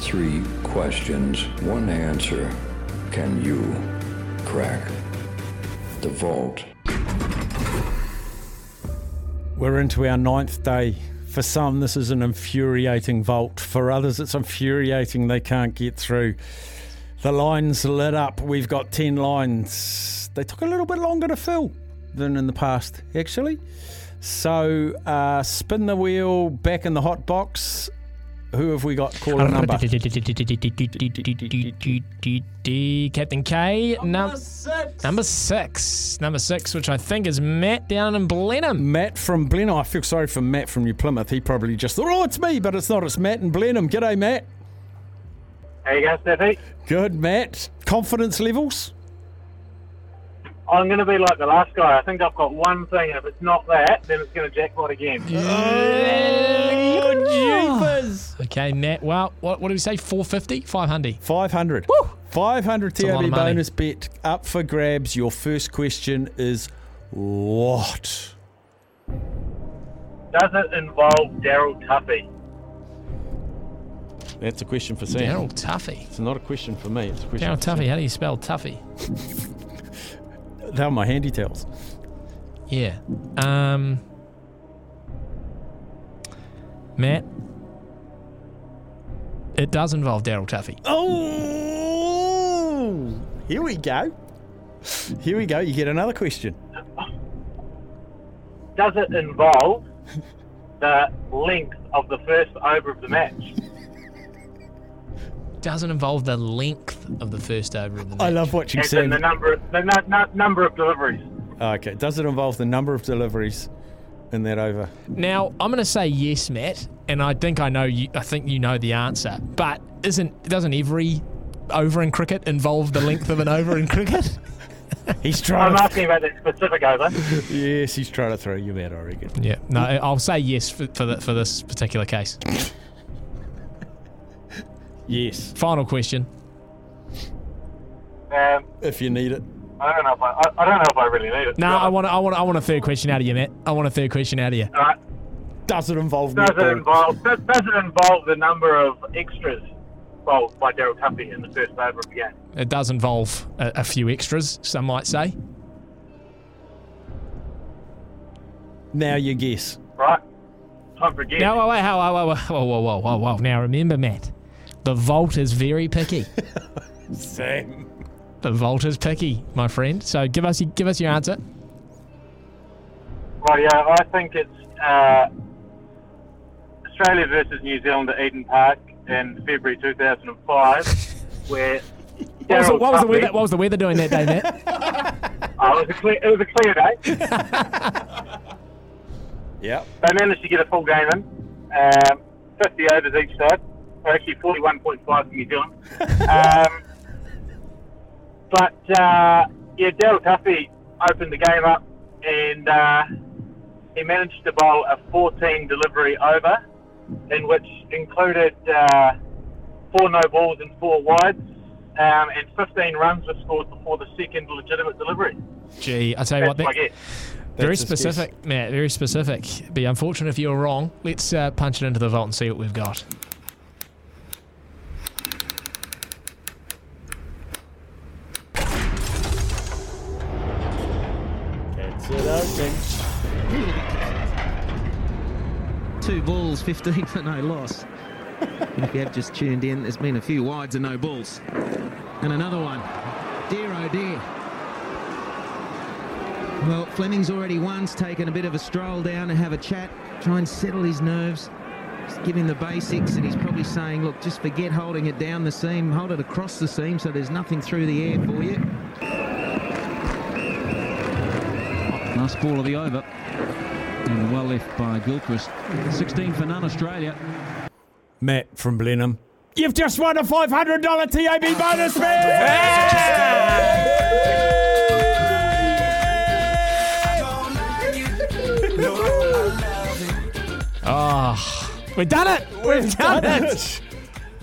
Three questions, one answer. Can you crack the vault? We're into our ninth day. For some, this is an infuriating vault. For others, it's infuriating they can't get through. The lines lit up. We've got 10 lines. They took a little bit longer to fill than in the past, actually. So, uh, spin the wheel back in the hot box. Who have we got? Call a number. Captain K. Number six. Number six. Number six, which I think is Matt down in Blenheim. Matt from Blenheim. I feel sorry for Matt from New Plymouth. He probably just thought, oh, it's me, but it's not. It's Matt in Blenheim. G'day, Matt. How you go, Steffi? Good, Matt. Confidence levels? I'm going to be like the last guy. I think I've got one thing, and if it's not that, then it's going to jackpot again. Okay, Matt. Well, what, what did we say? 450? 500? 500. 500 a lot TRB of money. bonus bet up for grabs. Your first question is what? Does it involve Daryl Tuffy? That's a question for Sam. Daryl Tuffy. It's not a question for me. It's a question Daryl Tuffy. How do you spell Tuffy? They're my handy towels. Yeah. Um. Matt. It does involve Daryl Tuffy. Oh, here we go. Here we go. You get another question. Does it involve the length of the first over of the match? Doesn't involve the length of the first over of the match. I love watching As in Sam. Oh, the number of, the nu- nu- number of deliveries. okay, does it involve the number of deliveries in that over? Now I'm going to say yes, Matt, and I think I know. You, I think you know the answer. But isn't doesn't every over in cricket involve the length of an over in cricket? He's I'm trying. To, asking about that specific over. yes, he's trying to throw you out. I reckon. Yeah. No, I'll say yes for for, the, for this particular case. Yes, Final question. Um, if you need it. I don't know if I, I, I don't know if I really need it. No, I want I want I want a third question out of you, Matt. I want a third question out of you. All right. Does it involve? Does it netball? involve does, does it involve the number of extras bowled by Daryl Tuffy in the first over of the game? It does involve a, a few extras, some might say. Now you guess. Right. Time for a guess. No, whoa, wait, whoa, whoa, whoa, whoa, whoa, whoa, whoa. Now remember, Matt, the vault is very picky. Sam. the vault is picky, my friend. So give us give us your answer. Right, yeah, I think it's uh, Australia versus New Zealand at Eden Park in February 2005, where What was, the, what was Daryl the Tuffy- weather? What was the weather doing that day, Matt? Oh, it, was a clear, it was a clear day. Yep. they managed to get a full game in, um, 50 overs each side, or actually 41.5 for New Zealand. um, but uh, yeah, Daryl Tuffy opened the game up and uh, he managed to bowl a 14 delivery over, in which included uh, four no balls and four wides, um, and 15 runs were scored before the second legitimate delivery. Gee, I tell you what, That's my that, guess. very That's his guess. specific, Matt. Very specific. Be unfortunate if you're wrong. Let's uh, punch it into the vault and see what we've got. Two balls, 15 for no loss. And if you have just tuned in, there's been a few wides and no balls. And another one. Dear oh dear. Well, Fleming's already once taken a bit of a stroll down to have a chat, try and settle his nerves. Just give him the basics, and he's probably saying, look, just forget holding it down the seam, hold it across the seam so there's nothing through the air for you. Nice ball of the over. And well left by Gilchrist. 16 for none Australia. Matt from Blenheim. You've just won a $500 TAB bonus bet! Ah, We've done it. We've done it.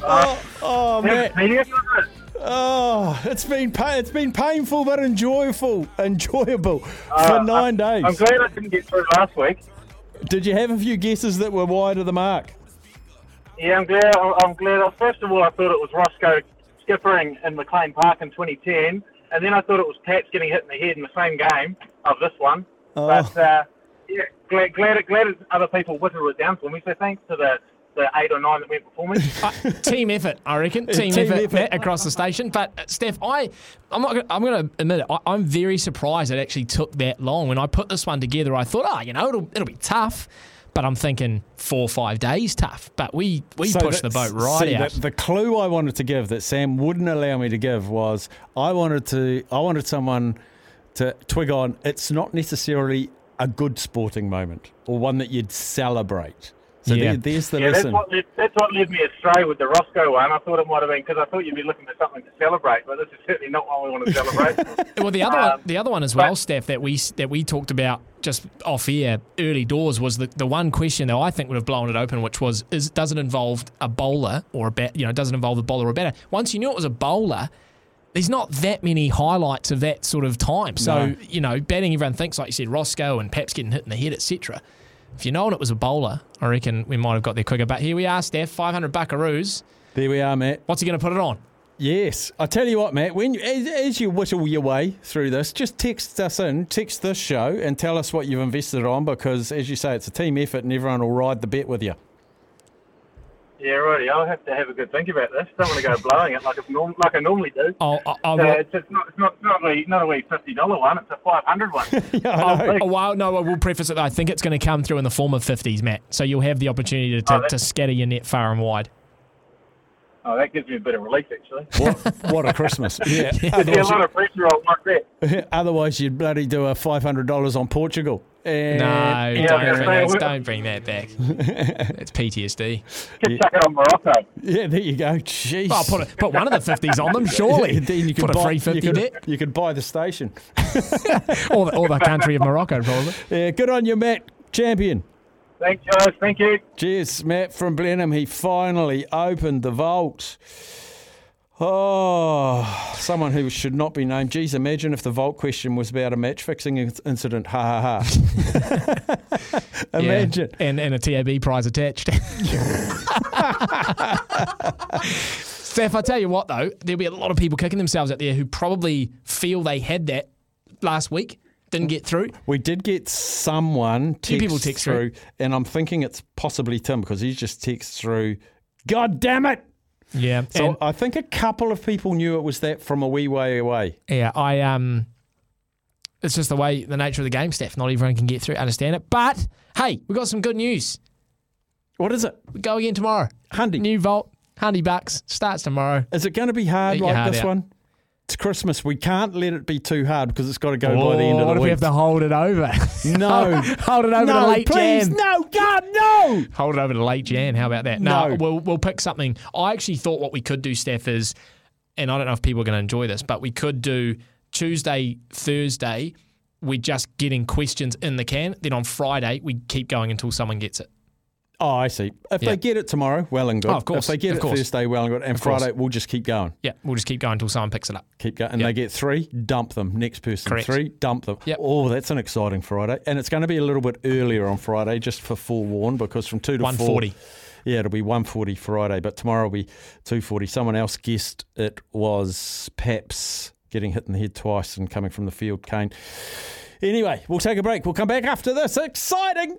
Oh, man. Media conference. Oh, it's been pa- it's been painful but enjoyable, enjoyable for nine days. Uh, I'm glad I didn't get through last week. Did you have a few guesses that were wide of the mark? Yeah, I'm glad. I'm I'm glad. I- First of all, I thought it was Roscoe skippering in McLean Park in 2010, and then I thought it was Pat's getting hit in the head in the same game of this one. But uh, yeah, glad, glad, glad other people whittled it down for me. So thanks to the, the eight or nine that went before me. team effort, I reckon. Team, team effort, effort. across the station. But uh, Steph, I, I'm not. Gonna, I'm going to admit it. I, I'm very surprised it actually took that long. When I put this one together, I thought, ah, you know, it'll it'll be tough. But I'm thinking four or five days tough. But we we So pushed the boat that's- right see, out. The, the clue I wanted to give that Sam wouldn't allow me to give was I wanted to I wanted someone to twig on. It's not necessarily a good sporting moment or one that you'd celebrate. So Yeah. there- there's the yeah, that's lesson. what, led, that's what led me astray with the Roscoe one. I thought it might have been because I thought you'd be looking for something to celebrate, but this is certainly not one we want to celebrate. Well, the other one, Um, the other one as well, but- Steph, that we that we talked about just off air early doors was the, the one question that I think would have blown it open, which was is does it involve a bowler or a bat? You know, does it involve a bowler or a batter? Once you knew it was a bowler, there's not that many highlights of that sort of time. So No. you know, batting, everyone thinks like you said, Roscoe and Paps getting hit in the head, etc. If you known it was a bowler, I reckon we might have got there quicker. But here we are, Steph, 500 buckaroos. there we are, Matt. What's he going to put it on? Yes, I tell you what, Matt. When you, as, as you whittle your way through this, just text us in, text this show, and tell us what you've invested on because, as you say, it's a team effort, and everyone will ride the bet with you. yeah, righty. I'll have to have a good think about this. Don't want to go blowing it like, it's norm- like I normally do. Oh, I, I, So it's, it's not, it's not, it's not, a, not a wee fifty dollar one. It's a five hundred one. Yeah, I know. Oh, well, no, I will preface it. I think it's going to come through in the form of 50s, Matt. So you'll have the opportunity to, to, Oh, that- to scatter your net far and wide. oh, that gives me a bit of relief actually. What, what a Christmas! Yeah. There's a lot of pressure on like that. Otherwise, you'd bloody do a five hundred dollars on Portugal. And No, don't, yeah, bring yeah. that, don't bring that back. It's PTSD. Could chuck it on Morocco. yeah, there you go. Jeez. Oh, put, a, put one of the 50s on them, surely. Yeah, then you could put a buy, free you 50 could- bet. You could buy the station. Or the, or the country of Morocco, probably. Yeah, good on you, Matt. Champion. Thanks, guys. Thank you. Cheers, Matt from Blenheim. He finally opened the vault. Oh, someone who should not be named. Geez, imagine if the vault question was about a match fixing in- incident. Ha ha ha. Yeah. imagine. And, and a TAB prize attached. Steph, I tell you what, though, there'll be a lot of people kicking themselves out there who probably feel they had that last week, didn't get through. We did get someone text, people text through, through. and I'm thinking it's possibly Tim because he's just texted through. God damn it! Yeah. So I think a couple of people knew it was that from a wee way away. Yeah, I um, it's just the way the nature of the game, Steph. Not everyone can get through, understand it. But hey, we got some good news. What is it? We go again tomorrow. Handy. New vault, Hundy Bucks starts tomorrow. Is it going to be hard Beat your like heart this out. one? It's Christmas. We can't let it be too hard because it's got to go by the end of the Oh, what if week. we have to hold it over? No. hold it over no, to late please, Jan. no, God, no. Hold it over to late Jan. How about that? No. we'll we'll pick something. I actually thought what we could do, Steph, is, and I don't know if people are going to enjoy this, but we could do Tuesday, Thursday. We're just getting questions in the can. Then on Friday, we keep going until someone gets it. Oh, I see. If Yeah. they get it tomorrow, well and good. Oh, of course, If they get of it course. Thursday, well and good. And course. Friday, we'll just keep going. Yeah, we'll just keep going until someone picks it up. Keep going. And Yeah. they get three, dump them. Next person, Correct. three, dump them. Yep. Oh, that's an exciting Friday. And it's going to be a little bit earlier on Friday, just for forewarn, because from 2 to 140. 4. Yeah, it'll be 140 Friday, but tomorrow will be 240. Someone else guessed it was Paps getting hit in the head twice and coming from the field, Kane. Anyway, we'll take a break. We'll come back after this exciting